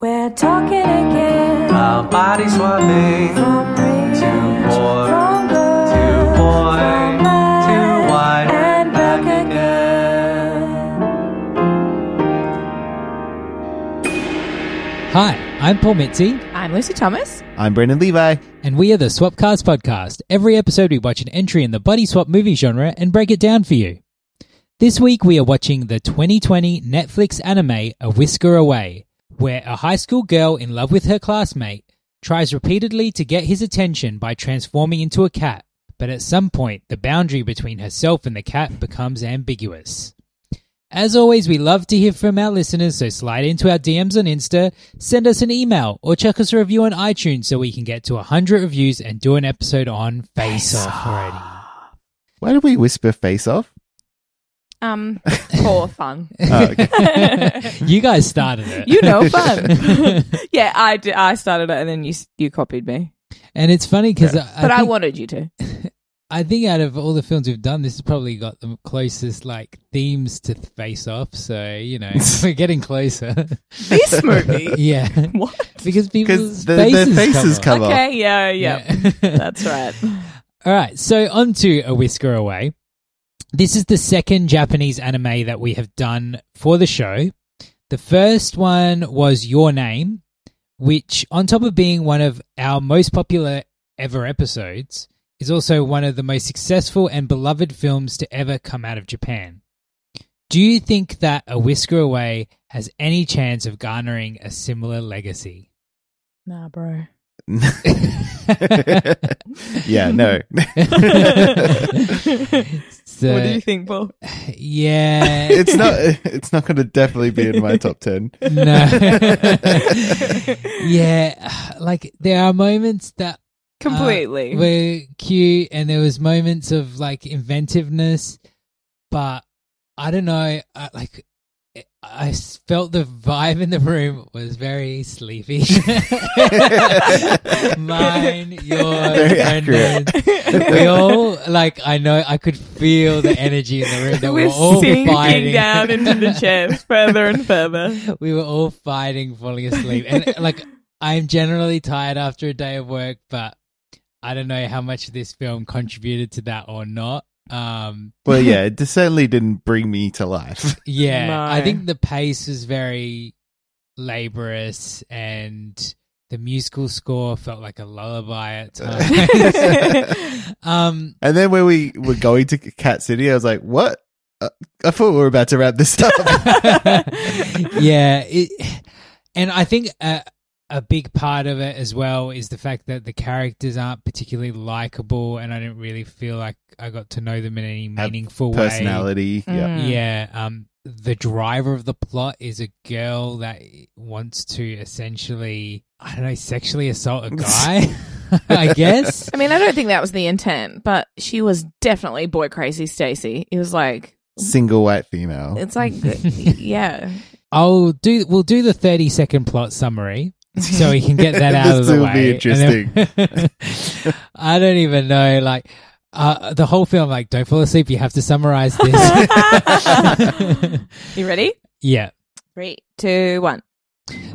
We're talking again. My body swapping to From bridge, boy from girl, to boy from to man, wine and back again. Hi, I'm Paul Mitzi, I'm Lucy Thomas. I'm Brendan Levi. and we are the Swap Cars Podcast. Every episode, we watch an entry in the buddy swap movie genre and break it down for you. This week, we are watching the 2020 Netflix anime A Whisker Away, where a high school girl in love with her classmate tries repeatedly to get his attention by transforming into a cat, but at some point, the boundary between herself and the cat becomes ambiguous. As always, we love to hear from our listeners, so slide into our DMs on Insta, send us an email, or check us a review on iTunes so we can get to 100 reviews and do an episode on Face Off already. Why did we whisper face off? Um, for fun. Oh, okay. You guys started it. You know, fun. yeah, I, d- I started it and then you s- you copied me. and it's funny because I, But I, think, wanted you to. I think out of all the films we've done, this has probably got the closest like themes to Face Off. So, you know, we're getting closer. This movie. yeah. What? Because people's Because the, faces, the faces come up. come, up. Okay, yeah, yeah. Yeah. That's right. All right, so on to A Whisker Away. This is the second Japanese anime that we have done for the show. The first one was Your Name, which, on top of being one of our most popular ever episodes, is also one of the most successful and beloved films to ever come out of Japan. Do you think that A Whisker Away has any chance of garnering a similar legacy? Nah, bro. yeah, no. So, what do you think, Paul? yeah. it's not it's not going to definitely be in my top 10. No. yeah, like there are moments that uh, Completely. were cute, and there was moments of like inventiveness, but I don't know, I, like. I- I s- felt the vibe in the room was very sleepy. Mine, yours, Very accurate. Brendan's. We all like. I know. I could feel the energy in the room that We're we're all sinking fighting down into the chairs further and further. we were all fighting, falling asleep. And like, I'm generally tired after a day of work, but I don't know how much this film contributed to that or not. Um, Well, yeah, it certainly didn't bring me to life. yeah, No. I think the pace was very laborious and the musical score felt like a lullaby at times. um, And then when we were going to Cat City, I was like, "What? Uh, I thought we were about to wrap this up." yeah, it, and I think a, a big part of it as well is the fact that the characters aren't particularly likable, and I didn't really feel like I got to know them in any Have meaningful way. Personality, yeah. Mm. Yeah. Um, the driver of the plot is a girl that wants to essentially, I don't know, sexually assault a guy. I guess. I mean, I don't think that was the intent, but she was definitely boy crazy Stacy. It was like, single white female. it's like, yeah. I'll do. We'll do the thirty second plot summary so we can get that out of This the will be way. And then- I don't even know. Like uh, the whole film. Like, don't fall asleep. You have to summarize this. You ready? yeah. Three, two, one.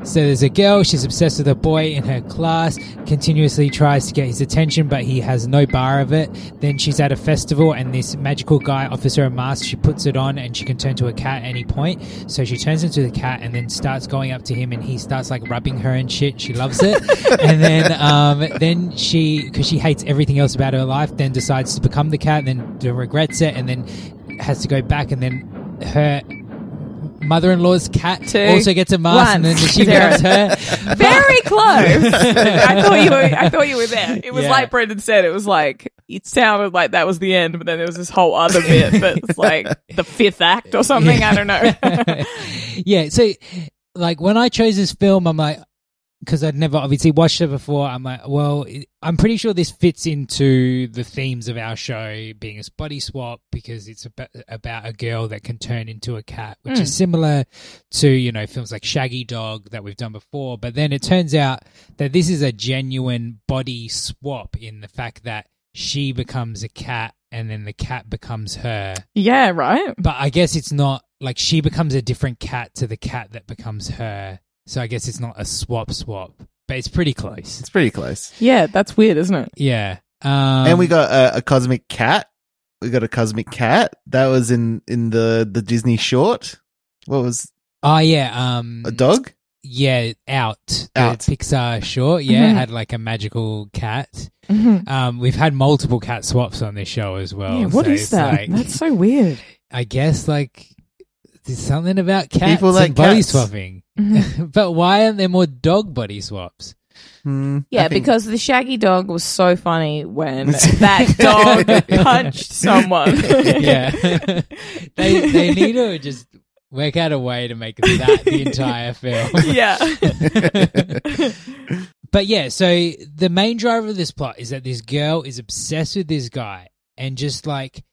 So there's a girl, she's obsessed with a boy in her class, continuously tries to get his attention, but he has no bar of it. Then she's at a festival, and this magical guy offers her a mask. She puts it on, and she can turn to a cat at any point. So she turns into the cat and then starts going up to him, and he starts like rubbing her and shit. She loves it. and then, um, then she, because she hates everything else about her life, then decides to become the cat, and then regrets it, and then has to go back, and then her. Mother-in-law's cat Two, also gets a mask, and one, then she zero. grabs her. Very close. I thought you were. I thought you were there. It was Yeah. like Brendan said. It was like it sounded like that was the end, but then there was this whole other bit that's like the fifth act or something. I don't know. yeah, so like when I chose this film, I'm like, because I'd never obviously watched it before. I'm like, well, it- I'm pretty sure this fits into the themes of our show being a body swap because it's about, about a girl that can turn into a cat, which is similar to you know films like Shaggy Dog that we've done before. But then it turns out that this is a genuine body swap in the fact that she becomes a cat and then the cat becomes her yeah, right. but I guess it's not like she becomes a different cat to the cat that becomes her. So I guess it's not a swap swap, but it's pretty close. It's pretty close. Yeah, that's weird, isn't it? Yeah. Um, and we got a, a cosmic cat. We got a cosmic cat that was in in the the Disney short. What was oh yeah um a dog? yeah out the Out. Pixar short yeah had like a magical cat. Um, we've had multiple cat swaps on this show as well. Mm-hmm. yeah, what so is it's that? like- that's so weird. Oh, I guess like there's something about cats People like and body cats. swapping, Mm-hmm. but why aren't there more dog body swaps? Hmm, I Yeah, think- because the shaggy dog was so funny when that dog punched someone. yeah. they they need to just work out a way to make that the entire film. yeah. But yeah, so the main driver of this plot is that this girl is obsessed with this guy and just like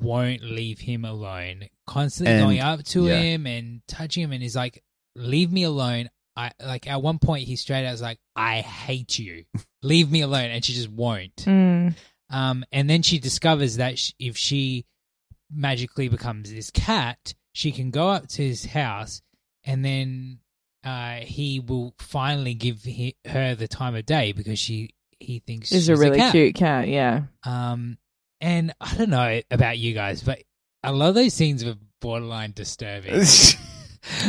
won't leave him alone. Constantly And- going up to yeah. him and touching him and is like, Leave me alone. I like at one point he straight out is like, I hate you. Leave me alone and she just won't. Mm. Um, and then she discovers that sh- if she magically becomes this cat, she can go up to his house, and then uh, he will finally give he- her the time of day because she he thinks She's she's a really cat. cute cat, yeah. Um, and I don't know about you guys, but a lot of those scenes were borderline disturbing.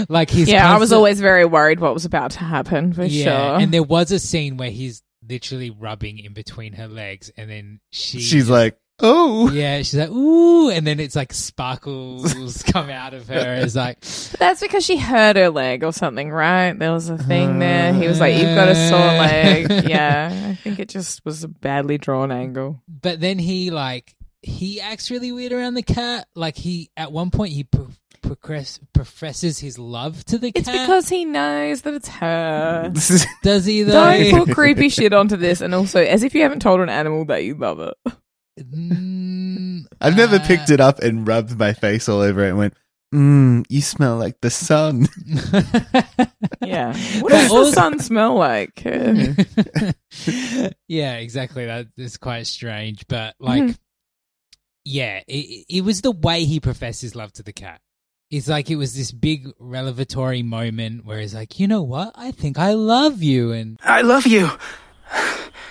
like he's yeah, I was constant- always very worried what was about to happen for sure. and there was a scene where he's literally rubbing in between her legs, and then she she's like, oh, Yeah, she's like, ooh, and then it's like sparkles come out of her. It's like, That's because she hurt her leg or something, right? There was a thing there. He was like, "You've got a sore Uh. leg." Yeah, I think it just was a badly drawn angle. but then he like he acts really weird around the cat. Like he at one point he pro- progress- professes his love to the It's cat. because he knows that it's her. does he though? Don't put creepy shit onto this, and also as if you haven't told an animal that you love it. Mm, I've never uh, picked it up and rubbed my face all over it and went, mm, you smell like the sun. Yeah. What does the sun smell like? Hmm. Uh, yeah, exactly. That is quite strange, but like, Mm-hmm. yeah, it, it was the way he professed his love to the cat. It's like it was this big revelatory moment where he's like, you know what? I think I love you, and I love you.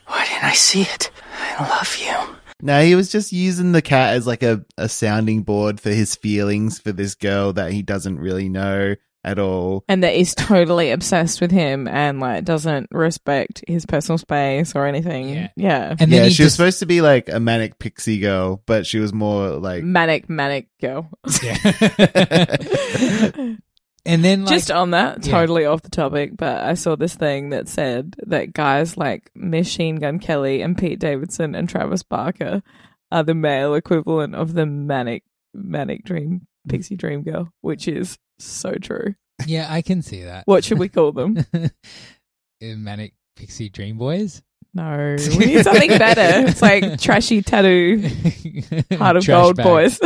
Why didn't I see it? I love you. no, he was just using the cat as like a, a sounding board for his feelings for this girl that he doesn't really know at all. And that is totally obsessed with him and like doesn't respect his personal space or anything. Yeah. Yeah. and then yeah, he she was just- supposed to be like a manic pixie girl, but she was more like Manic, manic girl. Yeah. and then like, Just uh, on that, Yeah. totally off the topic, but I saw this thing that said that guys like Machine Gun Kelly and Pete Davidson and Travis Barker are the male equivalent of the manic manic dream pixie dream girl, which is so true. yeah, I can see that. What should we call them? manic pixie dream boys? No, we need something better. It's like trashy tattoo, heart of Trash gold bag. boys.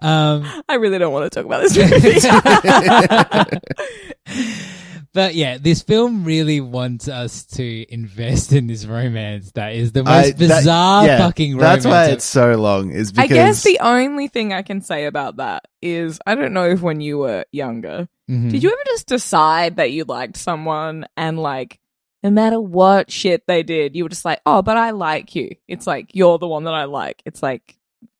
um, I really don't want to talk about this movie. but yeah, this film really wants us to invest in this romance that is the most I- that- bizarre yeah, fucking romance. That's why of- it's so long. Is I because guess the only thing I can say about that is I don't know if when you were younger, Mhm. Did you ever just decide that you liked someone and like no matter what shit they did, you were just like, oh, but I like you. It's like you're the one that I like. It's like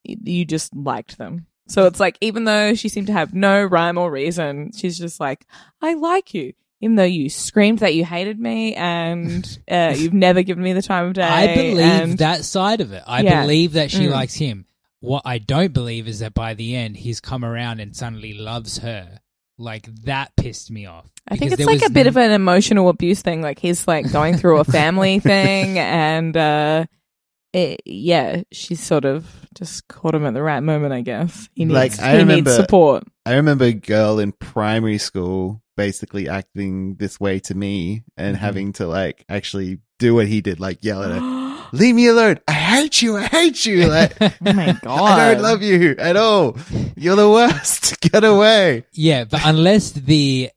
y- you just liked them. So it's like even though she seemed to have no rhyme or reason, she's just like, I like you. Even though you screamed that you hated me and uh, you've never given me the time of day. I believe and- that side of it. I Yeah. believe that she Mm. likes him. What I don't believe is that by the end he's come around and suddenly loves her. Like that pissed me off. I think Because it's there like was a bit n- of an emotional abuse thing. Like he's like going through a family thing, and uh, it, yeah, she sort of just caught him at the right moment, I guess. He needs, Like, I he remember- needs support. I remember a girl in primary school basically acting this way to me and having to like actually do what he did, like yell at her, leave me alone. I hate you. I hate you. Like, Oh my I God. don't love you at all. You're the worst. Get away. Yeah, but unless the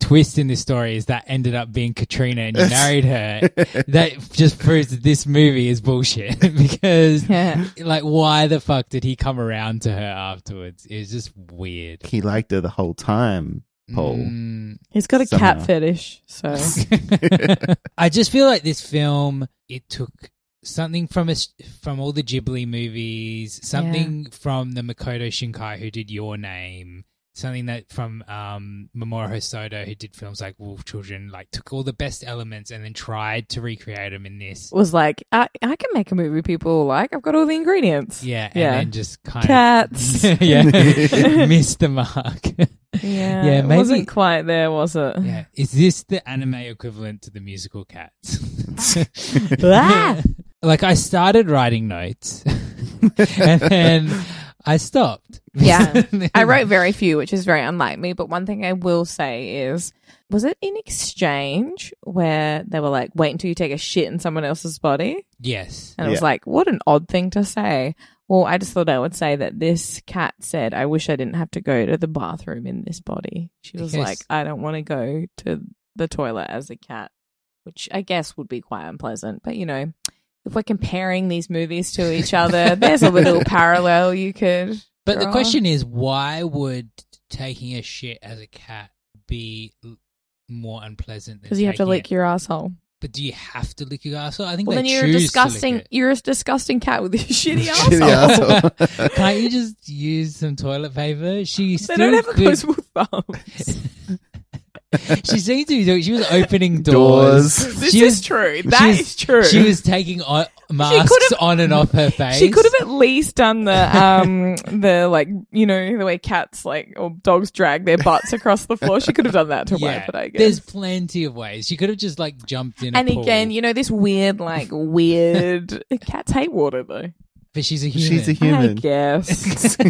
twist in this story is that ended up being Katrina and you married her, that just proves that this movie is bullshit. because, Yeah. like, why the fuck did he come around to her afterwards? It was just weird. He liked her the whole time, Paul. Mm. He's got a Somehow. cat fetish, so I just feel like this film it took something from us from all the Ghibli movies, something from the Makoto Shinkai who did Your Name, something that from um, Mamoru Hosoda who did films like Wolf Children, like took all the best elements and then tried to recreate them in this. was like, I, I can make a movie people will like. I've got all the ingredients. Yeah, and yeah. then just kind Cats. of yeah missed the mark. yeah, Yeah, it maybe- wasn't quite there, was it? Yeah. Is this the anime equivalent to the musical Cats? Ah! like I started writing notes and then I stopped. Yeah. I wrote very few, which is very unlike me. But one thing I will say is, was it in exchange where they were like, wait until you take a shit in someone else's body? Yes. And it was Yeah. like, what an odd thing to say. Well, I just thought I would say that this cat said, I wish I didn't have to go to the bathroom in this body. She was Yes. like, I don't want to go to the toilet as a cat, which I guess would be quite unpleasant. But, you know, if we're comparing these movies to each other, there's a little parallel you could. But the draw. question is why would taking a shit as a cat be l- more unpleasant than Because you have to taking lick it- your asshole. But do you have to lick your asshole? I think Well, they then you're a choose to lick disgusting. it. You're a disgusting cat with your shitty Shitty asshole. asshole. Can't you just use some toilet paper? She They still don't have a could- closable thumbs. she seemed to. do- She was opening doors. Doors. this She is was- true. she That was- is true. She was taking on, masks could've- on and off her face. She could have at least done the um the like you know the way cats like or dogs drag their butts across the floor. She could have done that to wipe it. I guess. There's plenty of ways. She could have just like jumped in. and a pool. again, you know this weird like weird cats hate water though. but she's a human. She's a I human. guess.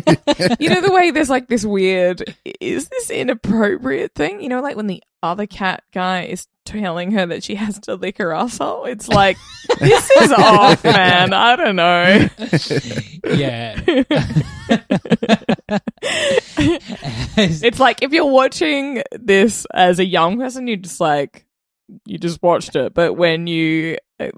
you know the way there's like this weird is this inappropriate thing? You know, like when the other cat guy is telling her that she has to lick her asshole? It's like this is off, man. I don't know. yeah. It's like if you're watching this as a young person, you just like you just watched it. But when you uh,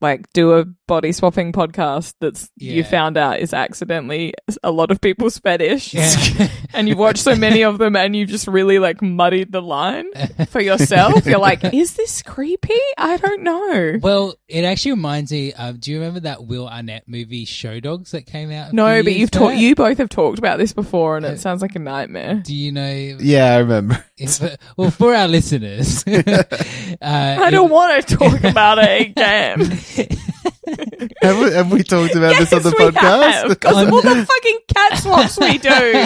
like do a body swapping podcast that's you Yeah. found out is accidentally a lot of people's fetish. Yeah. and you've watched so many of them and you've just really like muddied the line for yourself. You're like, is this creepy? I don't know. well, it actually reminds me. Um, do you remember that Will Arnett movie Show Dogs that came out? a No, few but years you've taught back? you both have talked about this before and it sounds like a nightmare. Do you know? Yeah, I remember. If, well, for our listeners, uh, I don't want to talk about it again. Have we, have we talked about this on the we have, podcast? 'cause of all the fucking cat swaps we do.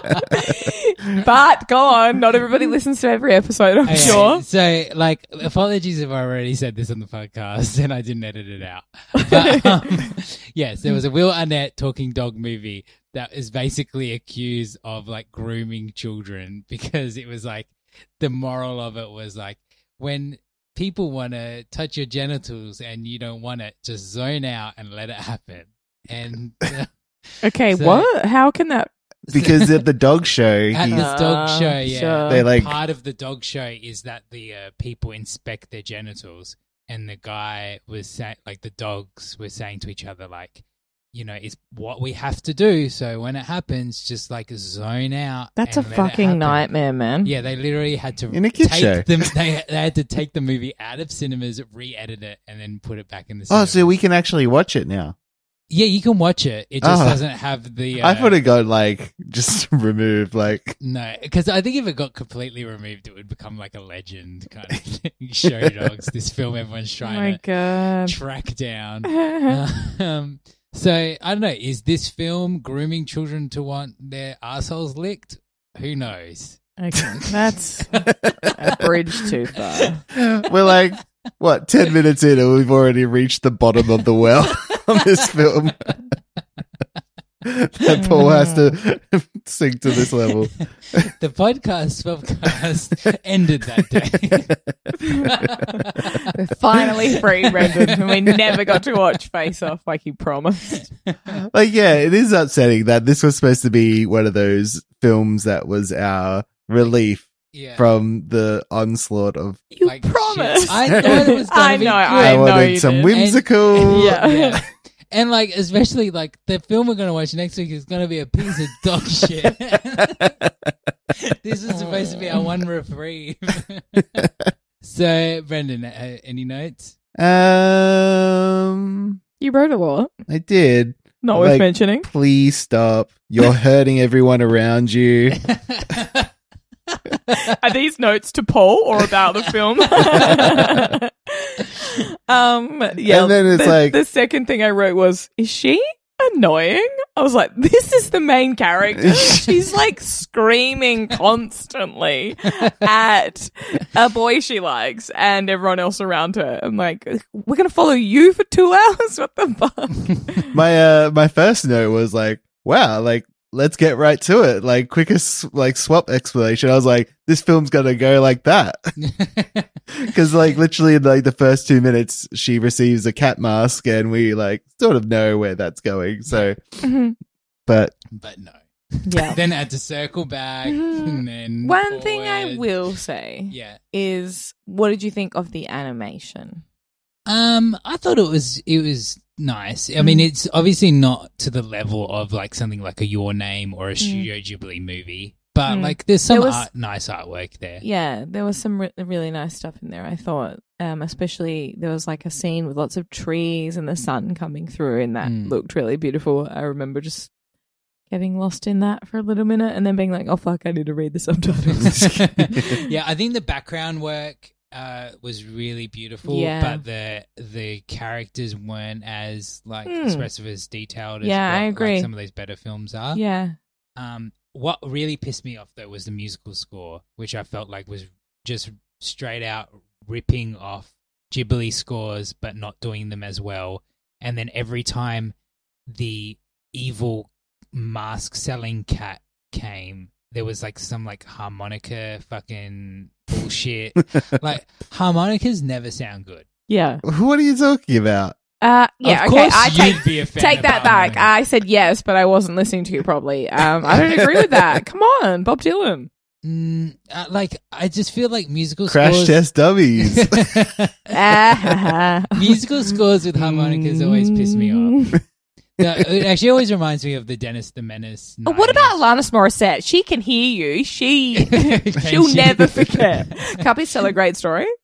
but go on, not everybody listens to every episode, I'm Okay, sure. So, like, apologies if I already said this on the podcast and I didn't edit it out. But, um, yes, there was a Will Arnett talking dog movie that is basically accused of like grooming children because it was like the moral of it was like when people want to touch your genitals and you don't want it, just zone out and let it happen. And uh, Okay, So- what? How can that because at the dog show, at he's this dog Uh, show, yeah, sure. They, like- part of the dog show is that the uh, people inspect their genitals, and the guy was saying, like, the dogs were saying to each other, like, you know, it's what we have to do. So when it happens, just like zone out. That's a and let it fucking happen. nightmare, man. Yeah, they literally had to In a kid's take show. them. They, they had to take the movie out of cinemas, re-edit it, and then put it back in the. oh, Cinemas. so we can actually watch it now. yeah, you can watch it. It just Oh. doesn't have the. Uh, I thought it got like just removed, like No, because I think if it got completely removed, it would become like a legend kind of thing. Show dogs, this film everyone's Oh trying my to god. track down. um, so I don't know. Is this film grooming children to want their assholes licked? Who knows? Okay, that's a bridge too far. we're like What, 10 minutes in and we've already reached the bottom of the well on this film? that Paul has to sink to this level. The podcast podcast ended that day. We're finally free, Brendan, and we never got to watch Face Off like you promised. Like, yeah, it is upsetting that this was supposed to be one of those films that was our relief yeah. from the onslaught of. You Like, shit. promised. I thought it was gonna I be know. good. I, know. wanted you some did. whimsical. Yeah. Yeah. And like, especially like the film we're going to watch next week is going to be a piece of dog shit. this is supposed to be our one reprieve. so, Brendan, uh, any notes? Um, You wrote a lot. I did. Not Like- worth mentioning. Please stop. You're hurting everyone around you. Are these notes to Paul or about the film? um, yeah. And then it's the, like- the second thing I wrote was, "Is she annoying?" I was like, "This is the main character. She's like screaming constantly at a boy she likes and everyone else around her." I'm like, "We're gonna follow you for two hours? What the fuck?" my uh my first note was like wow like let's get right to it like quickest like swap explanation i was like this film's gonna go like that because like literally in like the first two minutes she receives a cat mask and we like sort of know where that's going so Mhm. but but no. yeah. Then I had to circle back and then. One thing I forward. will say Yeah. is, what did you think of the animation? Um, I thought it was it was nice. I Mm. mean, it's obviously not to the level of like something like a Your Name or a Studio Ghibli movie, but Mm. like there's some There was- art, nice artwork there. yeah, there was some re- really nice stuff in there. I thought, um, especially there was like a scene with lots of trees and the sun coming through, and that Mm. looked really beautiful. I remember just getting lost in that for a little minute, and then being like, "Oh fuck, I need to read the subtitles." yeah, I think the background work uh, was really beautiful, Yeah. but the the characters weren't as like Hmm. expressive as detailed. As Yeah, what, I like, agree. some of those better films are. yeah, Um, what really pissed me off though was the musical score, which I felt like was just straight out ripping off Ghibli scores, but not doing them as well. And then every time the evil mask selling cat came, there was like some like harmonica fucking bullshit. like harmonicas never sound good. yeah, what are you talking about uh, yeah. Of okay, course I you'd take be a fan take of that back. harmonica. I said yes, but I wasn't listening to you probably. Um, I don't agree with that. Come on, Bob Dylan. Mm, uh, like I just feel like musical crash scores- test dummies Ah, musical scores with harmonicas always piss me off. Mm. The- uh, it actually always reminds me of the Dennis the Menace. Oh, what about Alanis Morissette? She can hear you. She 90s. she'll never forget. Cuppies tell a great story.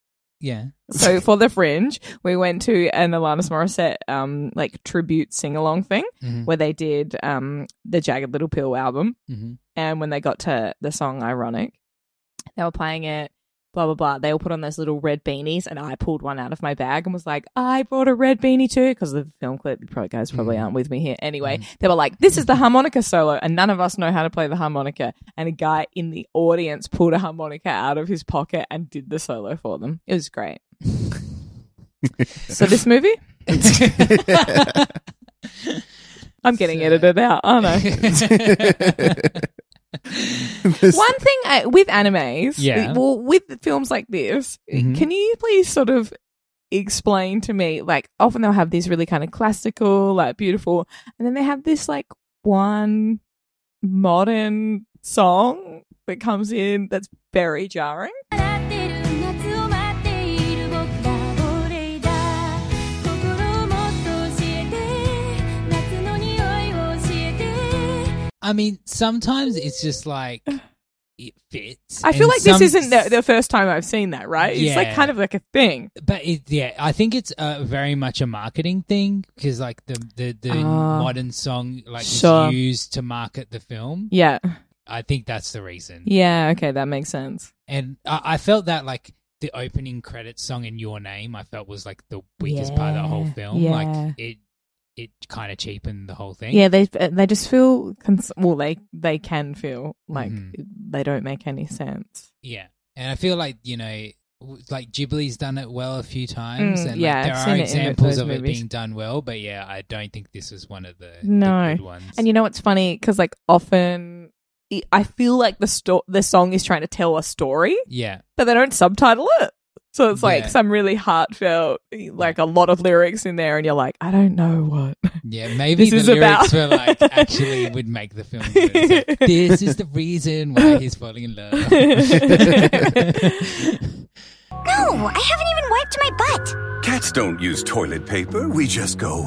Yeah. So for the Fringe, we went to an Alanis Morissette um like tribute sing along thing Mhm. where they did um the Jagged Little Pill album, Mhm. and when they got to the song Ironic, they were playing it. Blah blah blah. They all put on those little red beanies, and I pulled one out of my bag and was like, "I brought a red beanie too," because the film clip. You probably guys probably aren't with me here. Anyway, they were like, "This is the harmonica solo," and none of us know how to play the harmonica. And a guy in the audience pulled a harmonica out of his pocket and did the solo for them. It was great. so this movie, I'm getting edited out, aren't I? One thing I, with animes, Yeah. well, with films like this, Mhm. can you please sort of explain to me? Like, often they'll have these really kind of classical, like beautiful, and then they have this like one modern song that comes in that's very jarring. 笑ってる夏を待っている僕は俺だ心をもっと教えて夏の匂いを教えて I mean, sometimes it's just like it fits. I feel and like some- this isn't the, the first time I've seen that, right? It's like Yeah. kind of like a thing. but it, yeah, I think it's uh, very much a marketing thing because like the the, the Ah. modern song like Sure. is used to market the film. Yeah. I think that's the reason. Yeah. Okay. That makes sense. and I, I felt that like the opening credits song in Your Name, I felt was like the weakest part of the whole Yeah, film. yeah. Like it, it kind of cheapened the whole thing. Yeah, they uh, they just feel cons- well. They they can feel like Mhm. they don't make any sense. yeah. And I feel like you know w- like Ghibli's done it well a few times, Mm, and like, yeah, there I've are seen it in examples those of it movies. being done well. But yeah, I don't think this is one of the, the No. good ones. And you know what's funny? Because like often, it- I feel like the sto- the song is trying to tell a story, yeah, but they don't subtitle it. So it's like Yeah. some really heartfelt, like a lot of lyrics in there, and you're like, I don't know what. yeah, maybe This is the lyrics about- were like actually would make the film. Good. It's like, this is the reason why he's falling in love. No, I haven't even wiped my butt. Cats don't use toilet paper. We just go.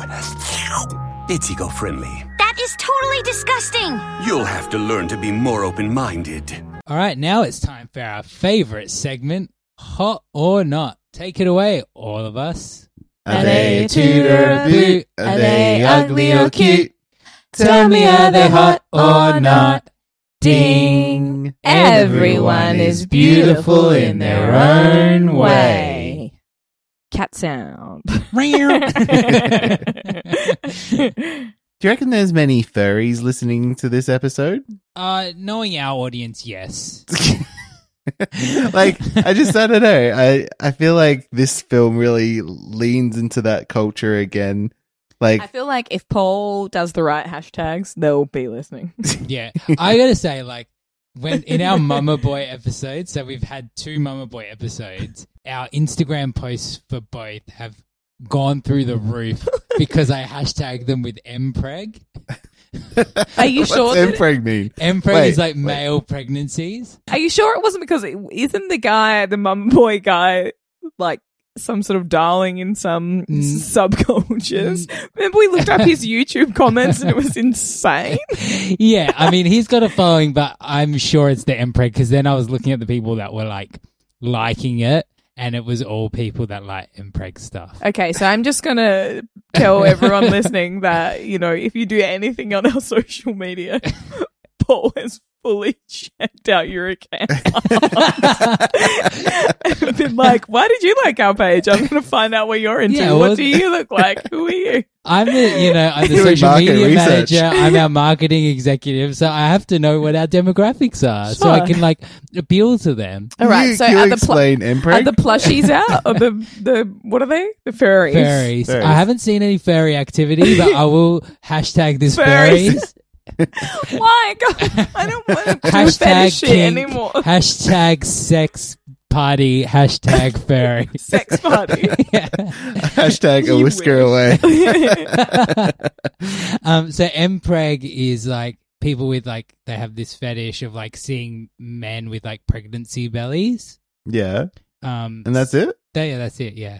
It's eco friendly. That is totally disgusting. You'll have to learn to be more open minded. All right, now it's time for our favorite segment, hot or not. Take it away, all of us. Are they cute or cute? Are they ugly or cute? Tell me, are they hot or not? Ding. Everyone is beautiful in their own way. Cat sound. Do you reckon there's many furries listening to this episode? Uh, knowing our audience, yes. like, I just, I don't know. I, I feel like this film really leans into that culture again. Like, I feel like if Paul does the right hashtags, they'll be listening. Yeah, I gotta say, like when in our Mama Boy episodes, so we've had two Mama Boy episodes. Our Instagram posts for both have gone through the roof because I hashtagged them with mpreg. Are you what's sure? that- impreg mean? Mpreg Wait, is like wait. male pregnancies. Are you sure it wasn't because it, isn't the guy, the mum boy guy, like some sort of darling in some Mm. subcultures? Remember we looked up his YouTube comments and it was insane. yeah, I mean he's got a following, but I'm sure it's the mpreg because then I was looking at the people that were like liking it, and it was all people that like mpreg stuff. Okay, so I'm just gonna tell everyone listening that you know if you do anything on our social media, Paul has fully checked out your account and been like, "Why did you like our page? I'm gonna find out what you're into. Yeah, well- what do you look like? Who are you?" I'm the, you know, I'm the Doing social market media research. manager. I'm our marketing executive, so I have to know what our demographics are, so I Sure. can like appeal to them. All right, you, so you are the, pl- explain are impreg. the plushies out? Or the the what are they? The furries. Furries. Furries. I haven't seen any furry activity, but I will hashtag this Furries. furries. Why? God, I don't want to do fetish hashtag shit kink. anymore. Hashtag sex party. Hashtag furry. Sex party. Yeah. Hashtag a You whisker away. wish. um, so mpreg is like people with like they have this fetish of like seeing men with like pregnancy bellies. Yeah. Um, And that's it? That, yeah, that's it. Yeah.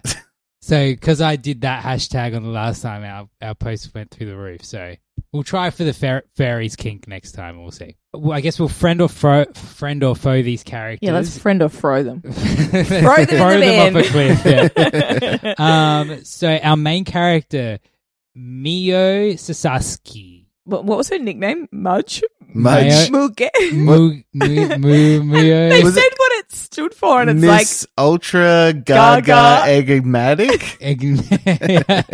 so, because I did that hashtag on the last time, our, our post went through the roof. So, we'll try for the fair fairies kink next time. We'll see. Well, I guess we'll friend or fro- friend or foe these characters. yeah, let's friend or fro them. throw them in the bin. off a cliff. Yeah. um. So, our main character, Mio Sasaki. what, what was her nickname? Mudge? Much. Muge? Mu, mu, they mu, Mio. Was said what it stood for, and it's like Miss Ultra Gaga, Gaga. Enigmatic.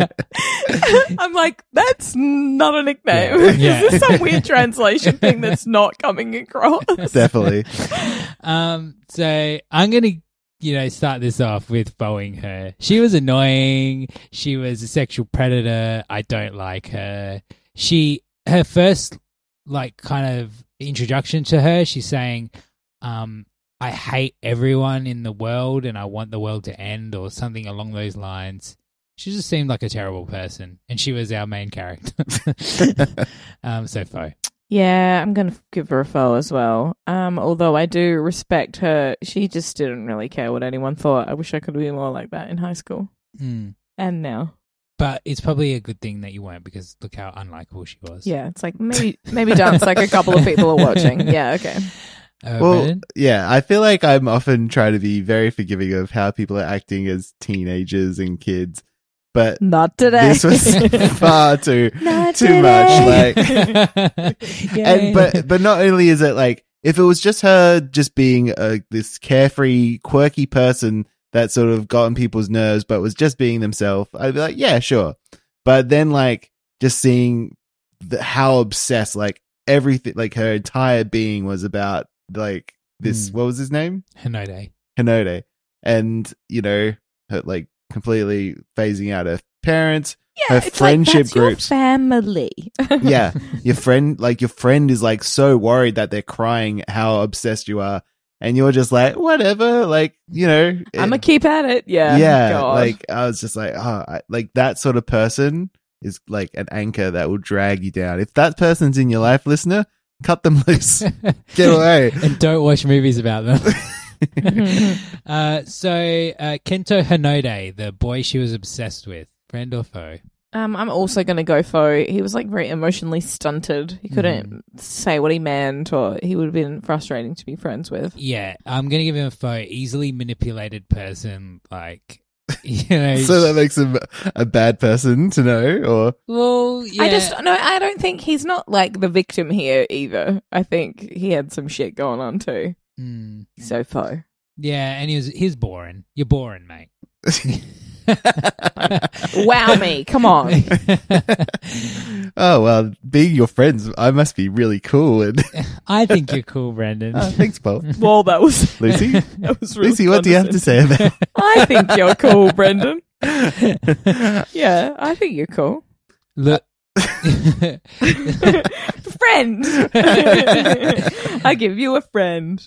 I'm like, that's not a nickname. Yeah. Yeah. Is this some weird translation thing that's not coming across? Definitely. Um, so I'm gonna, you know, start this off with bowing her. She was annoying. She was a sexual predator. I don't like her. She her first like kind of introduction to her. She's saying, um, "I hate everyone in the world, and I want the world to end," or something along those lines. She just seemed like a terrible person, and she was our main character. um, so far, Yeah, I'm gonna give her a foe as well. Um, although I do respect her, she just didn't really care what anyone thought. I wish I could be more like that in high school Mm. and now. but it's probably a good thing that you weren't because look how unlikable she was. Yeah, it's like maybe maybe dance like a couple of people are watching. Yeah, okay. Uh, well, Brennan? yeah, I feel like I'm often trying to be very forgiving of how people are acting as teenagers and kids, but Not today. this was far too Not too today. much. Like, Yeah. and but but not only is it like if it was just her just being a this carefree, quirky person that sort of got on people's nerves, but was just being themselves, I'd be like, yeah, sure. But then like just seeing the, how obsessed like everything, like her entire being was about like this. Mm. What was his name? Hinode. Hinode. and you know, her, like completely phasing out her parents. Yeah, her it's friendship like, that's groups. Your family. yeah, your friend, like your friend, is like so worried that they're crying how obsessed you are, and you're just like whatever, like you know, I'm it- gonna keep at it. Yeah. yeah, God. like I was just like, oh, I, like that sort of person is like an anchor that will drag you down. If that person's in your life, listener, cut them loose, get away. and don't watch movies about them. uh, so, uh, Kento Hanode, the boy she was obsessed with, friend or foe? Um, I'm also gonna go for. He was like very emotionally stunted. He couldn't Mm. say what he meant, or he would have been frustrating to be friends with. Yeah, I'm going to give him a foe. Easily manipulated person, like, you know. So that makes him a bad person to know, or well, yeah. I just no. I don't think he's not like the victim here either. I think he had some shit going on too. Mm. So fo. yeah, and he was, he's boring. You're boring, mate. Wow me, come on. oh well, being your friends, I must be really cool. And I think you're cool, Brendan. Uh. Oh, thanks, Paul. Well, that was Lucy, that was really Lucy, what do you have to say about? I think you're cool, Brendan. yeah, I think you're cool, Look, friend. I give you a friend.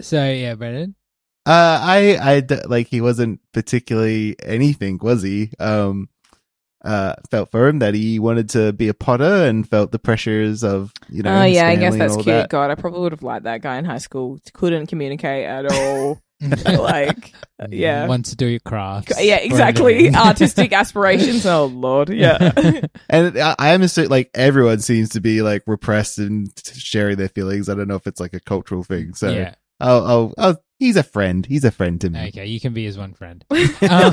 so yeah, Brendan. Uh, I, I d- like he wasn't particularly anything, was he? Um, uh, felt for him that he wanted to be a potter and felt the pressures of you know. oh his yeah, I guess family and that's all cute. that. God, I probably would have liked that guy in high school. Couldn't communicate at all. like, yeah, Wants to do your crafts. yeah, exactly. Brendan. Artistic aspirations. Oh lord, yeah. And I, I am assuming like everyone seems to be like repressed and t- sharing their feelings. I don't know if it's like a cultural thing. So Yeah. I'll, I'll, I'll- he's a friend. He's a friend to me. Okay, you can be his one friend. Um,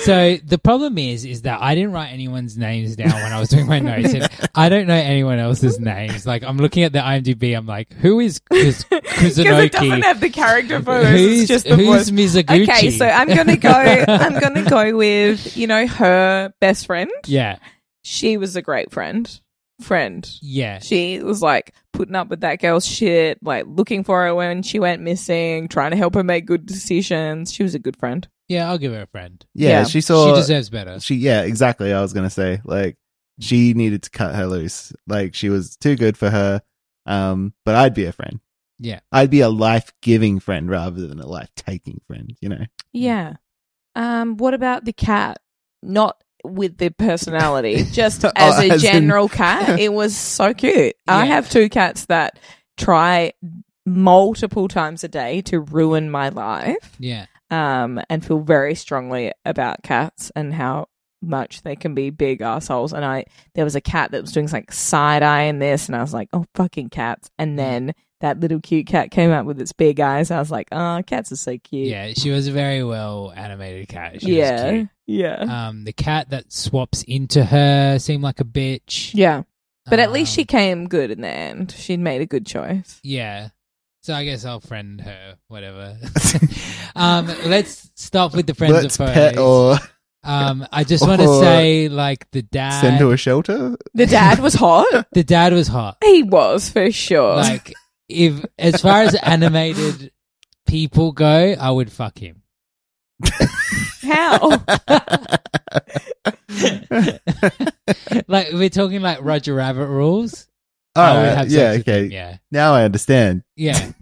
so the problem is, is that I didn't write anyone's names down when I was doing my notes. And I don't know anyone else's names. Like I'm looking at the IMDb, I'm like, who is Kuz- Because it doesn't Kuzunoki? have the character for us. Who's, It's just the voice. who's Mizuguchi? Okay, so I'm gonna go. I'm gonna go with you know her best friend. yeah, She was a great friend. Friend. yeah, She was like putting up with that girl's shit, like looking for her when she went missing, trying to help her make good decisions. She was a good friend. yeah. I'll give her a friend. Yeah, Yeah. She saw. she deserves better. she yeah exactly i was gonna say like she needed to cut her loose like she was too good for her um but i'd be a friend Yeah. i'd be a life-giving friend rather than a life-taking friend you know Yeah. Um. What about the cat? Not with the personality, just Oh, as a as in- general cat. It was so cute. I Yeah. have two cats that try multiple times a day to ruin my life. yeah, um, and feel very strongly about cats and how much they can be big assholes. And I, there was a cat that was doing like side eye in this, and I was like, oh fucking cats. Mm. And then that little cute cat came out with its big eyes. I was like, oh, cats are so cute. yeah. She was a very well animated cat. She was yeah, cute. yeah, Um, the cat that swaps into her seemed like a bitch. yeah. But at least Um, she came good in the end. She'd made a good choice. Yeah. So I guess I'll friend her, whatever. um, let's start with the friends let's of foes. pet or um, I just want to or say, like the dad, send to a shelter The dad was hot. the dad was hot. he was for sure. Like if as far as animated people go, I would fuck him. how? Like we're talking like Roger Rabbit rules. all I would right have yeah sex with okay him, yeah, now i understand yeah,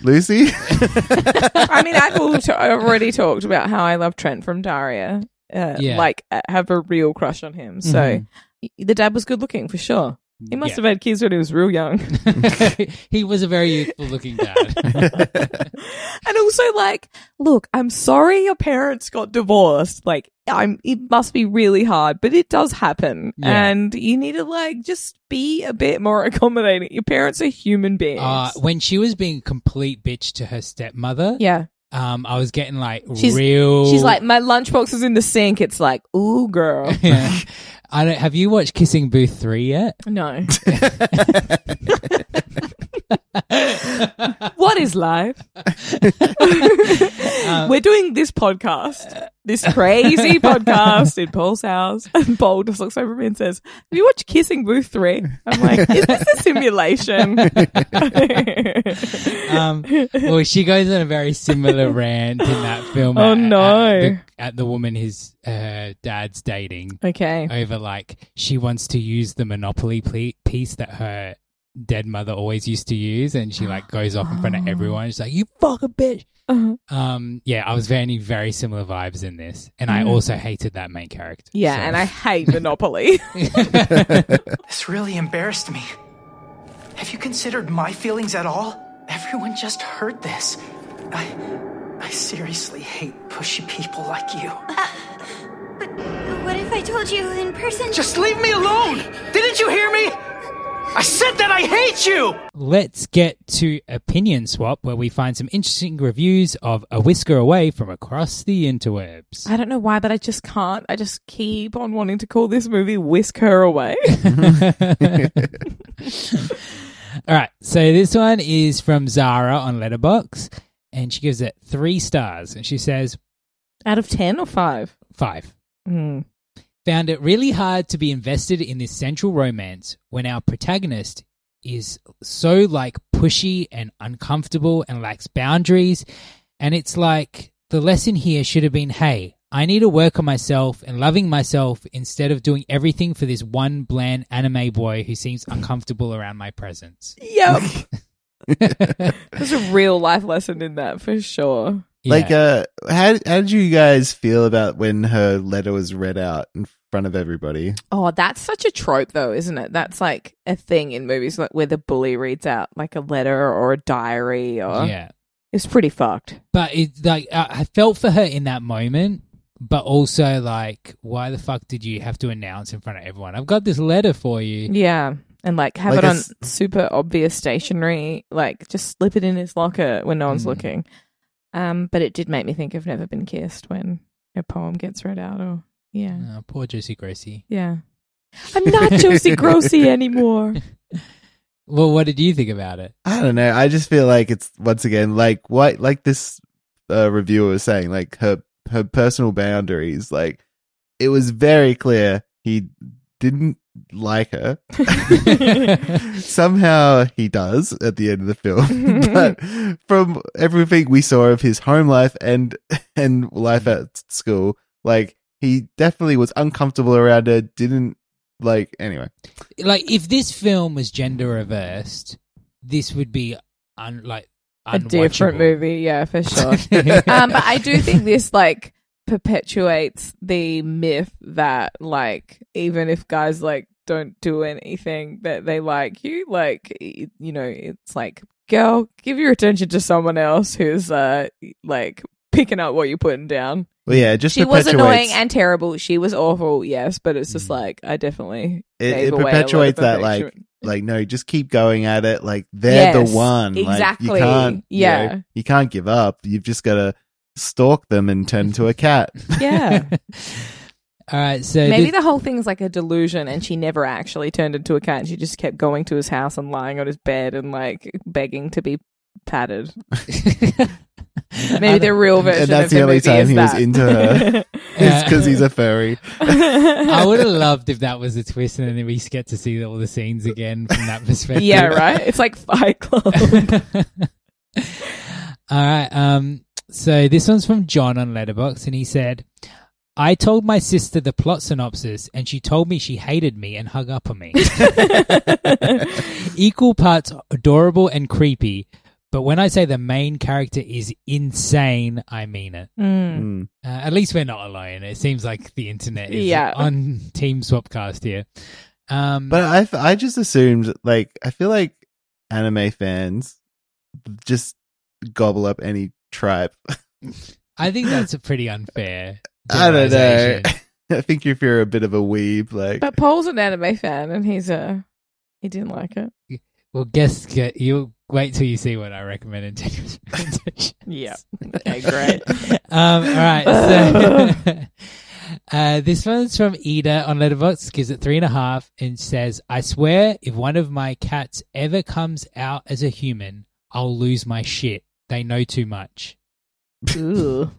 lucy I mean, I've al- t- I've already talked about how I love Trent from Daria. Uh, Yeah. Like, uh, have a real crush on him. So Mhm. y- the dad was good looking for sure. He must Yeah. have had kids when he was real young. he was a very youthful looking dad. And also, like, look, I'm sorry your parents got divorced. Like, I'm, it must be really hard, but it does happen. Yeah. And you need to, like, just be a bit more accommodating. Your parents are human beings. uh, when she was being complete bitch to her stepmother, yeah. um, I was getting like She's, real. she's like, my lunchbox is in the sink. It's like, ooh, girl. Yeah. I don't. Have you watched Kissing Booth three yet? No. what is life? We're doing this podcast, this crazy podcast in Paul's house. And Paul just looks over at me and says, Have you watched Kissing Booth 3? I'm like, Is this a simulation? Um, well, she goes on a very similar rant in that film. Oh, at- no. At the, at the woman his uh, dad's dating okay. over like she wants to use the Monopoly ple- piece that her dead mother always used to use, and she like goes off in front of everyone. She's like, "You fucking bitch." Uh-huh. Um, yeah, I was very very similar vibes in this, and I Mm. also hated that main character. Yeah, and I hate Monopoly. This really embarrassed me. Have you considered my feelings at all? Everyone just heard this. I. I seriously hate pushy people like you. What if I told you in person? Just leave me alone! Didn't you hear me? I said that I hate you! Let's get to opinion swap, where we find some interesting reviews of A Whisker Away from across the interwebs. I don't know why, but I just can't. I just keep on wanting to call this movie Whisk Her Away. All right, so this one is from Zara on Letterbox, and she gives it three stars, and she says Out of 10 or 5? five. Hmm. found it really hard to be invested in this central romance when our protagonist is so like pushy and uncomfortable and lacks boundaries and it's like the lesson here should have been hey i need to work on myself and loving myself instead of doing everything for this one bland anime boy who seems uncomfortable around my presence Yep. There's a real life lesson in that for sure. Like, uh, how how did you guys feel about when her letter was read out in front of everybody? Oh, that's such a trope, though, isn't it? That's like a thing in movies, like where the bully reads out like a letter or a diary, or yeah it's pretty fucked. but it like I, I felt for her in that moment but also like why the fuck did you have to announce in front of everyone i've got this letter for you Yeah, and like have Like it a on s- super obvious stationery, like just slip it in his locker when no one's Mm. looking. Um, but it did make me think of Never Been Kissed when a poem gets read out, or yeah, Oh, poor Josie Gracie. yeah. I'm not Josie Grossi anymore. Well, what did you think about it? I don't know. I just feel like it's once again like what like this uh, reviewer was saying, like her her personal boundaries. Like it was very clear he didn't like her. Somehow he does at the end of the film, but from everything we saw of his home life and and life at school, like he definitely was uncomfortable around her. Didn't like anyway. Like, if this film was gender reversed, this would be un- like a different unwatchable. movie, yeah, for sure. um, but I do think this like perpetuates the myth that like even if guys like don't do anything that they like you, like y- you know, it's like girl, give your attention to someone else who's uh like picking up what you're putting down. Well, yeah, it just she was annoying perpetuates- Mm. and terrible. She was awful, yes, but it's just like I definitely gave it, it away a lot of perpetuates that like affection. like no just keep going at it like they're Yes, the one Like, exactly. you can't you Yeah. know, you can't give up you've just got to stalk them and turn into a cat yeah. All right, so Maybe thi- the whole thing's like a delusion, and she never actually turned into a cat. And she just kept going to his house and lying on his bed and like begging to be patted. Maybe the real version. and that's of the only movie time is he was that. into her is because he's a furry I would have loved if that was a twist, and then we get to see all the scenes again from that perspective. yeah, right. It's like Fight Club. All right. Um, so this one's from John on Letterbox, and he said, "I told my sister the plot synopsis, and she told me she hated me and hung up on me. Equal parts adorable and creepy, but when I say the main character is insane, I mean it. Mm. Uh, at least we're not alone. It seems like the internet is Yeah. on Team Swapcast here. Um, But I, th- I just assumed, like, I feel like anime fans just gobble up any tribe. I think that's a pretty unfair. I don't know. generalization. I think if you're a bit of a weeb, like, But Paul's an anime fan, and he's a he didn't like it. Well, guess get, you'll wait till you see what I recommend in Tenuous Presentation. Yeah. Okay, great. Um, all right. So, uh, this one's from Ida on Letterboxd, gives it three and a half, and says, I swear if one of my cats ever comes out as a human, I'll lose my shit. They know too much. Ooh.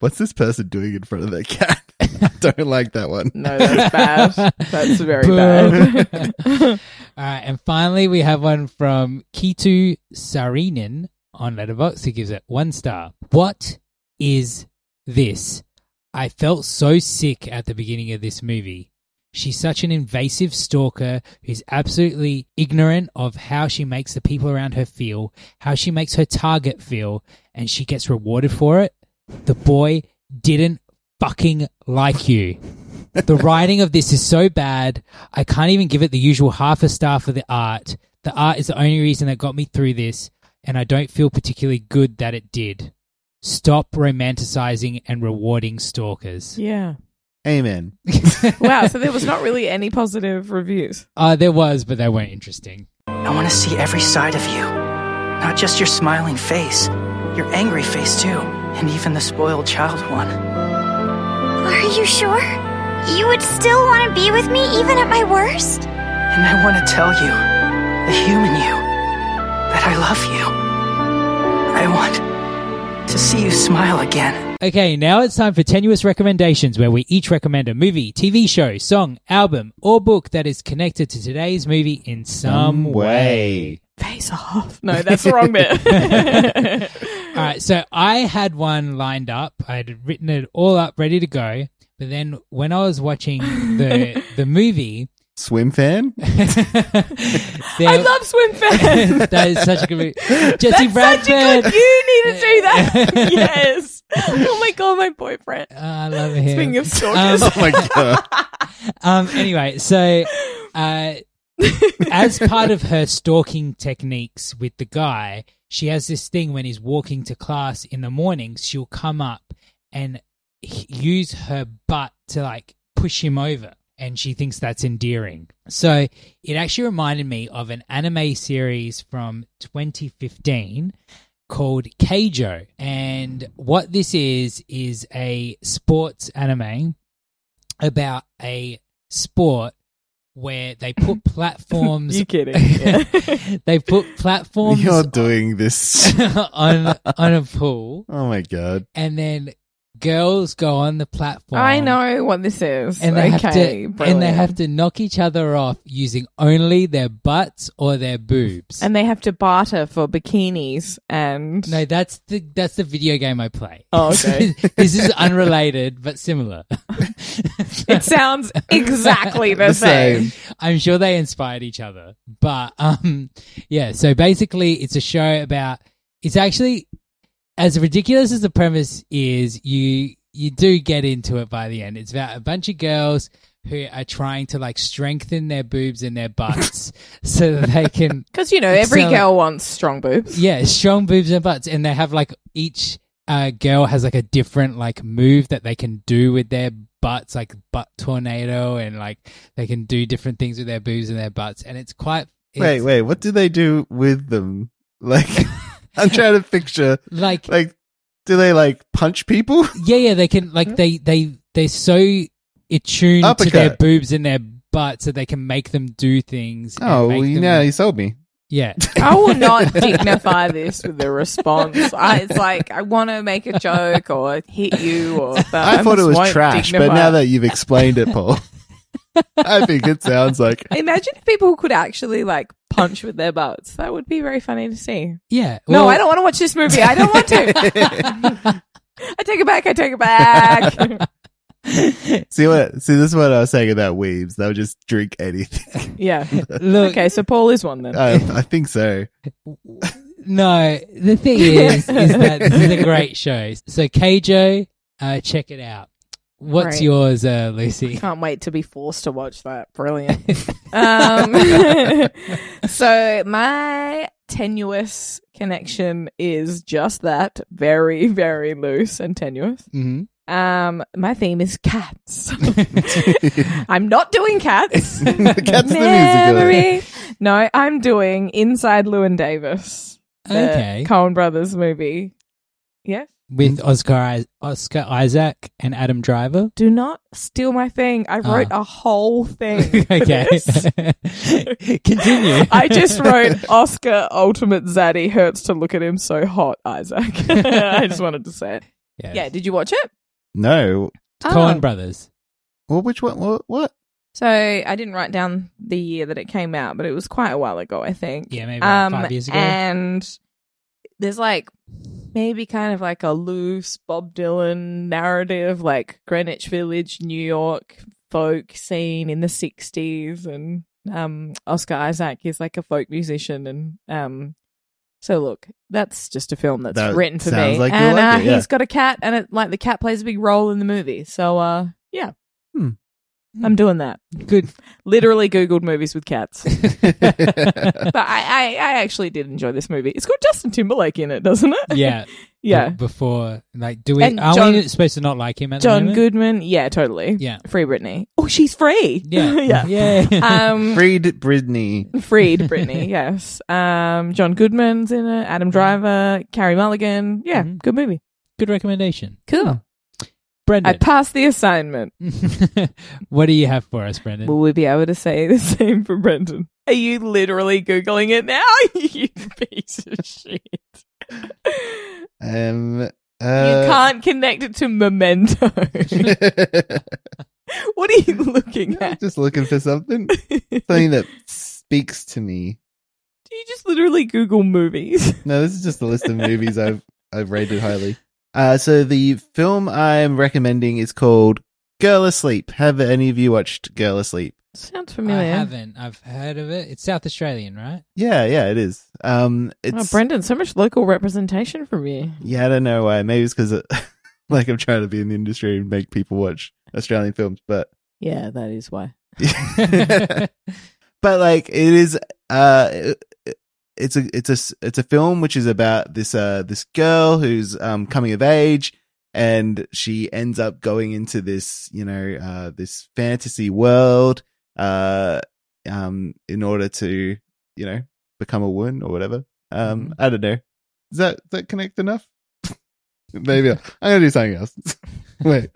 what's this person doing in front of that cat? I don't like that one. No, that's bad. That's very bad. All right, and finally, we have one from Kitu Sarinen on Letterboxd. He gives it one star. What is this? I felt so sick at the beginning of this movie. She's such an invasive stalker who's absolutely ignorant of how she makes the people around her feel, how she makes her target feel, and she gets rewarded for it. The boy didn't fucking like you. The writing of this is so bad. I can't even give it the usual half a star for the art. The art is the only reason that got me through this, and I don't feel particularly good that it did. Stop romanticizing and rewarding stalkers. Yeah. Amen. Wow. So there was not really any positive reviews. Uh, there was, but they weren't interesting. I want to see every side of you. Not just your smiling face, your angry face too, and even the spoiled child one. Are you sure? You would still want to be with me even at my worst? And I want to tell you, the human you, that I love you. I want to see you smile again. Okay, now it's time for tenuous recommendations, where we each recommend a movie, TV show, song, album, or book that is connected to today's movie in some, way. Face off. No, that's the wrong bit. All right, so I had one lined up. I had written it all up, ready to go. But then when I was watching the the movie, Swim fan? I there- love swim fans. that is such a good movie. Jesse That's Bradford. such a good. You need to do that. yes. Oh my god, my boyfriend. Oh, I love him. Speaking of stalkers. oh my god. um, anyway, so uh, as part of her stalking techniques with the guy, she has this thing when he's walking to class in the mornings, she'll come up and h- use her butt to like push him over. And she thinks that's endearing. So it actually reminded me of an anime series from 2015 called Keijo. And what this is, is a sports anime about a sport where they put platforms You kidding? Yeah. they put platforms You're doing this. on on a pool Oh my god. and then girls go on the platform I know what this is. and they okay, have to and they have to knock each other off using only their butts or their boobs and they have to barter for bikinis and no that's the that's the video game i play Oh, okay. this is unrelated but similar it sounds exactly the, same. I'm sure they inspired each other. But um yeah, so basically it's a show about it's actually as ridiculous as the premise is, you you do get into it by the end. It's about a bunch of girls who are trying to like strengthen their boobs and their butts so that they can Because you know, every Excel- girl wants strong boobs. yeah, strong boobs and butts, and they have like each uh, girl has like a different like move that they can do with their butts, like butt tornado, and like they can do different things with their boobs and their butts, and it's quite it's, Wait, wait, what do they do with them? Like I'm trying to picture like like do they like punch people? yeah, yeah, they can Hmm? like they they they're so attuned to Uppercut. their boobs and their butts that they can make them do things. and Oh, make well, you them- know, you sold me. yeah. I will not dignify this with a response. I, it's like I want to make a joke or hit you, or but I, thought it just was won't trash, but Uh, dignify now it. that you've explained it, Paul, I think it sounds like imagine if people could actually like punch with their butts, that would be very funny to see. Yeah. no, well- I don't want to watch this movie. I don't want to. I take it back. I take it back. see what see this is what I was saying about weaves. They'll just drink anything. yeah. Look, Okay, so Paul is one then. I, I think so. No, the thing is, is that this is a great show. So Keijo, uh, check it out. What's Right. yours, uh, Lucy? Can't wait to be forced to watch that. Brilliant. um, so my tenuous connection is just that, very, very loose and tenuous. Mhm. Um, my theme is cats. I'm not doing cats. Cats the Memory. No, I'm doing Inside Llewyn Davis. the Okay. Coen Brothers movie. Yes. With Oscar I- Oscar Isaac and Adam Driver. Do not steal my thing. I wrote a whole thing. for Ah. Okay. this. Continue. I just wrote Oscar Ultimate Zaddy hurts to look at him so hot, Isaac. I just wanted to say it. Yes. Yeah, did you watch it? No. Coen Oh. Brothers. Well, which one? What? what? So I didn't write down the year that it came out, but it was quite a while ago, I think. Um, Yeah, maybe like five years ago. And there's like maybe kind of like a loose Bob Dylan narrative, like Greenwich Village, New York folk scene in the '60s, and um, Oscar Isaac is like a folk musician, and um, so look, that's just a film that's That written for sounds me, like you and like uh, it, yeah. he's got a cat, and it like the cat plays a big role in the movie. So uh, yeah, Hmm. I'm doing that. Good. Literally Googled movies with cats. but I, I, I actually did enjoy this movie. It's got Justin Timberlake in it, doesn't it? Yeah. yeah. Be- Before, like, do we? And are John- we supposed to not like him at the John moment? Goodman. Yeah, totally. Yeah. Free Britney. Oh, she's free. Yeah. yeah. Um, Freed Britney. freed Britney. yes. Um, John Goodman's in it. Adam Driver. Carrie Mulligan. Yeah. Mm-hmm. Mhm. Good movie. Good recommendation, Cool. I Brendan. passed the assignment. what do you have for us, Brendan? Will we be able to say the same for Brendan? Are you literally googling it now? you piece of shit. Um, you uh, can't connect it to Memento. what are you looking I'm at? just looking for something, something that speaks to me. Do you just literally Google movies? No, this is just a list of movies I've I've rated highly. Uh, so the film I'm recommending is called Girl Asleep. Have any of you watched Girl Asleep? Sounds I familiar. haven't. I've heard of it. It's South Australian, right? Yeah, yeah, it is. Um, Oh, it's Brendan, so much local representation from you. yeah, I don't know why. Maybe it's because like I'm trying to be in the industry and make people watch Australian films, but Yeah, that is why. but like it is uh it- it's a it's a s- it's a film which is about this uh this girl who's um coming of age and she ends up going into this you know uh this fantasy world uh um in order to you know become a woman or whatever um i don't know does that does that connect enough maybe not. i'm gonna do something else wait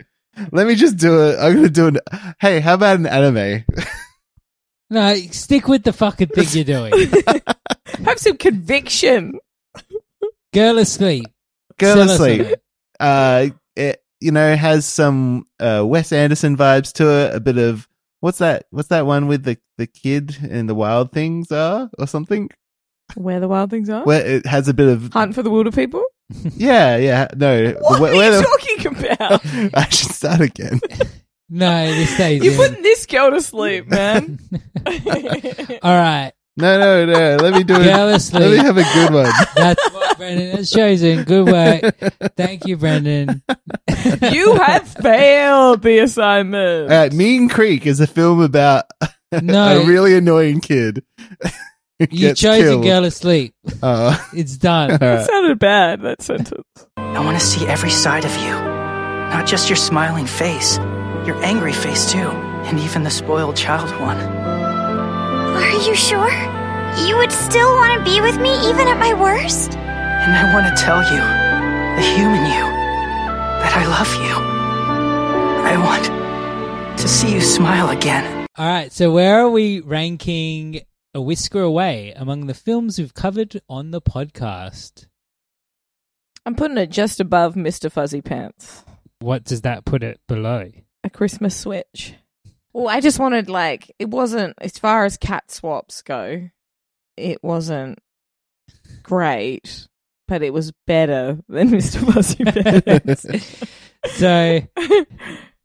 let me just do it i'm gonna do an hey how about an anime No, stick with the fucking thing you're doing. Have some conviction. Girl asleep. Girl Sell us on Asleep. it. Uh, it, you know, has some uh, Wes Anderson vibes to it. A bit of what's that? What's that one with the the kid and the wild things are or something? Where the wild things are? Where it has a bit of Hunt for the wilder people? yeah, yeah. No, What where- are where you the- talking about? I should start again. No, this stays You're in. putting this girl to sleep, man. All right, No, no, no. Let me do Girl it. Let me asleep. have a good one. That's what Brendan has chosen. Good work. Thank you, Brendan. you have failed the assignment. All right, Uh, Mean Creek is a film about No. a really annoying kid. who You gets chose killed. a girl asleep. Uh, It's done. all that right. sounded bad, that sentence. I want to see every side of you. Not just your smiling face, your angry face too, and even the spoiled child one. Are you sure? You would still want to be with me even at my worst? And I want to tell you, the human you, that I love you. I want to see you smile again. All right, so where are we ranking A Whisker Away among the films we've covered on the podcast? I'm putting it just above Mr. Fuzzy Pants. What does that put it below? a Christmas switch. Well, I just wanted like it wasn't as far as cat swaps go, it wasn't great, but it was better than Mr. Fuzzy Pants. So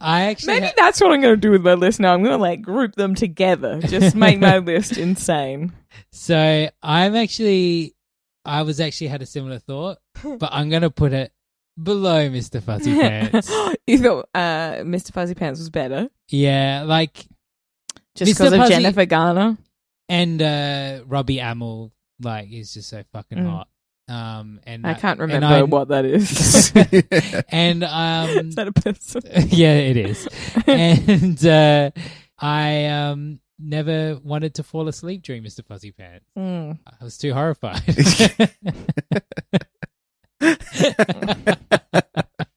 I actually Maybe ha- that's what I'm going to do with my list now. I'm going to like group them together, just make my list insane. so I'm actually I was actually had a similar thought, but I'm gonna put it below Mr. Fuzzy Pants. you thought uh, Mr. Fuzzy Pants was better yeah, like just Mr. because of Fuzzy- Jennifer Garner. and uh Robbie Amell like is just so fucking Mm. hot. Um and I can't and remember I- what that is. and um is that a person? yeah, it is. And uh I um never wanted to fall asleep during Mr. Fuzzy Pants. Mm. I was too horrified.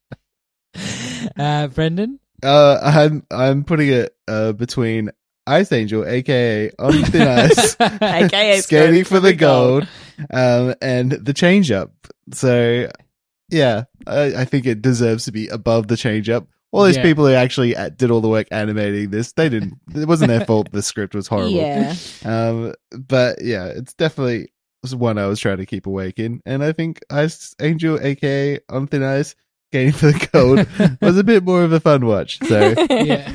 uh, Brendan? Uh, I'm I'm putting it uh, between Ice Angel, aka On Thin Ice, AKA Skating for the Gold, um, and the Change Up. So, yeah, I, I think it deserves to be above the Change Up. All these Yeah. people who actually uh, did all the work animating this, they didn't. It wasn't their fault. The script was horrible. Yeah. Um, but yeah, it's definitely was one I was trying to keep awake in, and I think Ice Angel, aka On Thin Ice, Skating for the Gold, was a bit more of a fun watch. So. Yeah.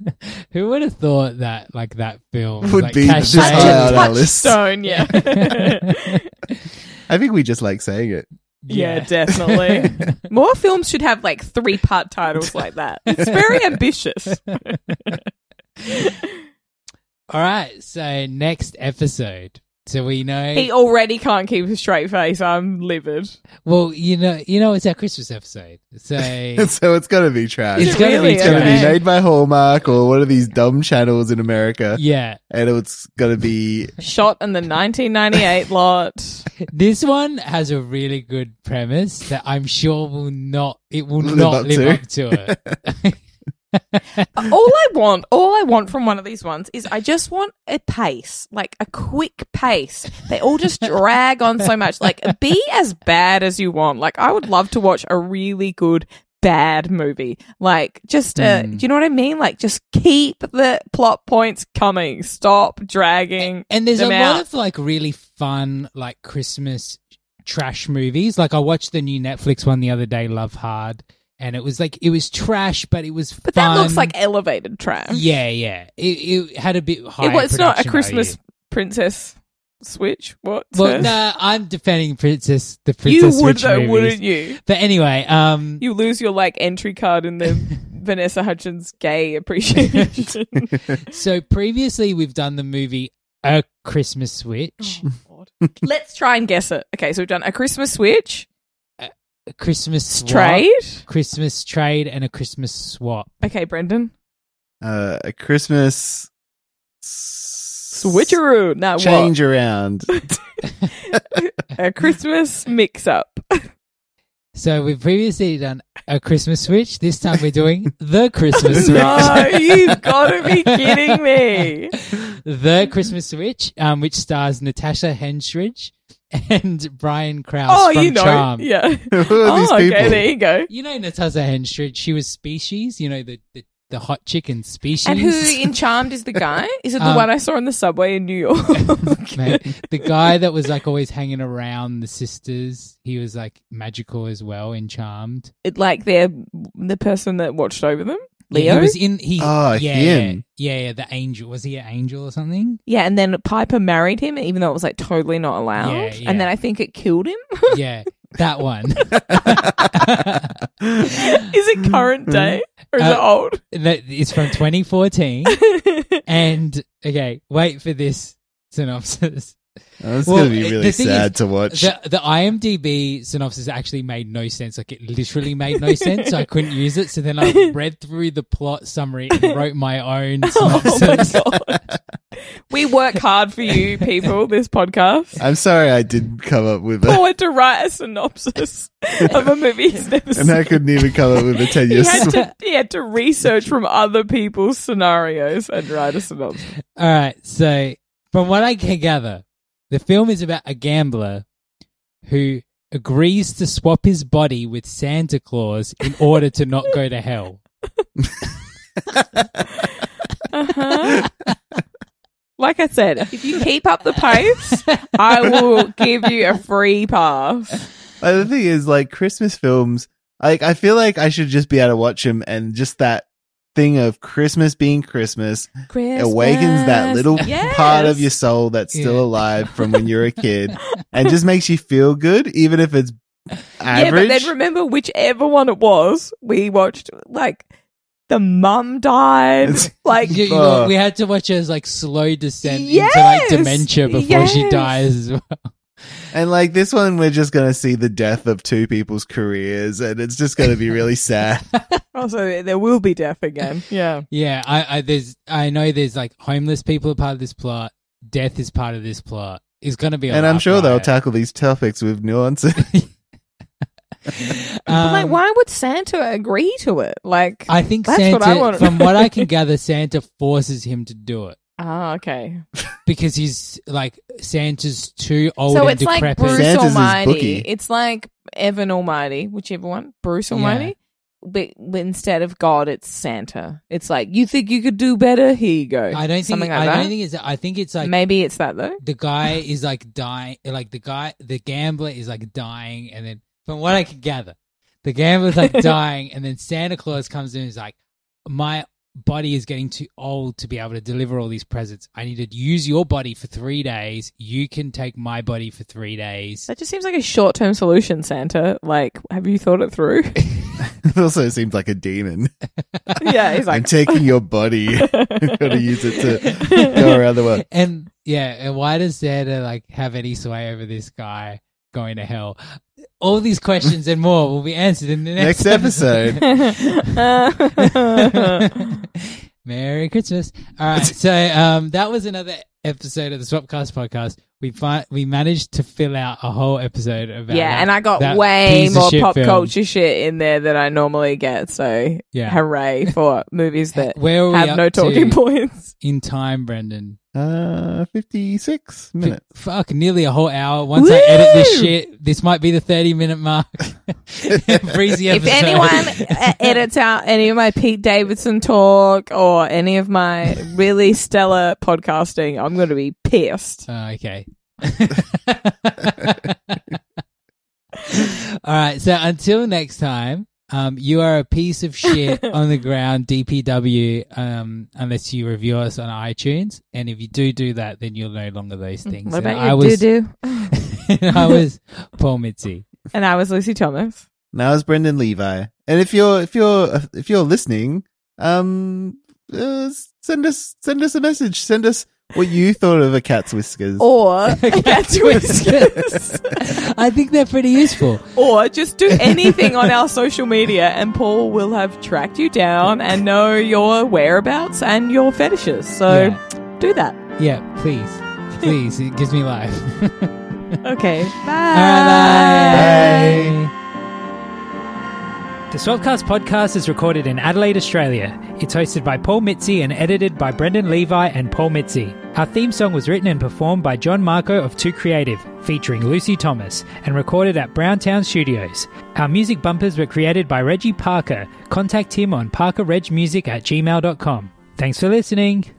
Who would have thought that, like, that film Would like, be cachet- just high on our list. Stone, yeah. yeah. I think we just like saying it. definitely. More films should have like three part titles like that. It's very ambitious. All right. So, next episode. So we know. He already can't keep a straight face. I'm livid. well, you know, you know, it's our Christmas episode. So it's so it's gonna be trash. Is It's it gonna really? be gonna be Okay. made by Hallmark or one of these dumb channels in America. yeah. And it's gonna be Shot in the 1998 lot. This one has a really good premise that I'm sure will not. It will Live not up live to. up to it. all I want, all I want from one of these ones is I just want a pace, like a quick pace. They all just drag on so much. Like, be as bad as you want. Like, I would love to watch a really good bad movie. Like, just, uh, Hmm. do you know what I mean? Like, just keep the plot points coming. Stop dragging. And there's a them lot out. of like really fun like Christmas trash movies. Like I watched the new Netflix one the other day, Love Hard, and it was like it was trash, but it was. but that looks fun. like elevated trash. Yeah, yeah. It, it had a bit higher. It, well, it's not a production Christmas value. princess switch. What? Well, no, I'm defending Princess the you Princess would Switch though, movies. wouldn't you? But anyway, um, you lose your like entry card in the Vanessa Hutchins gay appreciation. so previously we've done the movie A Christmas Switch, Oh. Oh, Let's try and guess it. Okay, so we've done a Christmas switch, a Christmas swap, trade. Christmas trade, and a Christmas swap. Okay, Brendan. uh, a Christmas s- Switcheroo. Now change around. what? A Christmas mix up. So we've previously done a Christmas switch. This time we're doing the Christmas switch. no, you've got to be kidding me. The Christmas switch, um, which stars Natasha Henstridge and Brian Krause Oh, from you know. Charm. Yeah. Who are Oh, these okay, people? there you go. You know Natasha Henstridge. She was Species. You know the the, the hot chicken Species. And who in Charmed is the guy? Is it the Um, one I saw in the subway in New York? Mate, the guy that was like always hanging around the sisters, he was like magical as well in Charmed. it, like they're the person that watched over them? Leo? he was in he. Oh, yeah, him. yeah, yeah. The angel was he an angel or something? Yeah, and then Piper married him, even though it was like totally not allowed. Yeah, yeah. And then I think it killed him. Yeah, that one. is it current day or is Uh, it old? that is from 2014. and okay, wait for this synopsis. Oh, it's Well, gonna be it- really the thing sad is, to watch. The, the IMDb synopsis actually made no sense. Like it literally made no sense. so I couldn't use it. So then I read through the plot summary and wrote my own Oh my synopsis. god. we work hard for you, people, this podcast. I'm sorry I didn't come up with Paul a, had to write a synopsis of a movie he's never and seen. I couldn't even come up with a ten year He had, to, he had to research from other people's scenarios and write a synopsis. All right. So, from what I can gather, the film is about a gambler who agrees to swap his body with Santa Claus in order to not go to hell. Like I said, if you keep up the pace, I will give you a free pass. But the thing is, like Christmas films, like I feel like I should just be able to watch them, and just that thing of Christmas being Christmas awakens that little Yes. part of your soul that's still Yeah. alive from when you're a kid, and just makes you feel good, even if it's Yeah, but Average? then remember whichever one it was, we watched like the mum died. like You- you- Fuck. we had to watch her like slow descent Yes! into like dementia before she Yes! dies as well. And like this one, we're just going to see the death of two people's careers, and it's just going to be really sad. also there will be death again. Yeah. Yeah, I, I there's I know there's like homeless people are part of this plot. Death is part of this plot. It's gonna be, a and I'm laugh sure they'll riot. tackle these topics with nuance. but like Um, why would Santa agree to it? Like I think That's Santa, what I wanna- from what I can gather, Santa forces him to do it Ah, okay. because he's like Santa's too old so and it's like decrepit. Bruce Santa's his Almighty. bookie. It's like Evan Almighty, whichever one. Bruce Yeah. Almighty. But, but instead of God, it's Santa. It's like you think you could do better. Here you go. I don't think. Something like I that. don't think it's. I think it's like Maybe it's that though. the guy is like dying. Like the guy, the gambler is like dying, and then from what I can gather, the gambler's like dying, and then Santa Claus comes in and is like, "My body is getting too old to be able to deliver all these presents. I need to use your body for three days. You can take my body for three days." That just seems like a short term solution, Santa. Like, have you thought it through? it also seems like a demon. yeah, he's I'm like, taking your body. I'm going to use it to go around the world. and yeah, and why does Santa like have any sway over this guy going to hell? All these questions and more will be answered in the next, Next episode. Merry Christmas! All right, so um, that was another episode of the Swapcast podcast. We fi- we managed to fill out a whole episode about yeah, that- and I got that way piece of more shit pop film. culture shit in there than I normally get. So, Yeah. hooray for movies that Where are we have no up to talking points. in time, Brendan? Uh, 56 F- minutes. Fuck, nearly a whole hour. Once I edit this shit, this might be the thirty minute mark. Breezy If episode. anyone uh, edits out any of my Pete Davidson talk or any of my really stellar podcasting, I'm going to be pissed. Oh, okay. All right. So until next time, um, you are a piece of shit on the ground, DPW, um, unless you review us on iTunes. And if you do do that, then you're no longer those Mm, things. What And about I you, was, doo I was Paul Mitzi. And I was Lucy Thomas. Now it's Brendan Levi. And if you're if you're if you're listening, um, uh, send us send us a message. Send us what you thought of a cat's whiskers. Or that's whiskers. I think they're pretty useful. or just do anything on our social media and Paul will have tracked you down and know your whereabouts and your fetishes. So do that. Yeah, please. Please. It gives me life. Okay. All right, bye. bye. The Swellcast podcast is recorded in Adelaide, Australia. It's hosted by Paul Mitzi and edited by Brendan Levi and Paul Mitzi. Our theme song was written and performed by John Marco of Two Creative, featuring Lucy Thomas, and recorded at Browntown Studios. Our music bumpers were created by Reggie Parker. Contact him on parkerregmusic at gmail.com. Thanks for listening.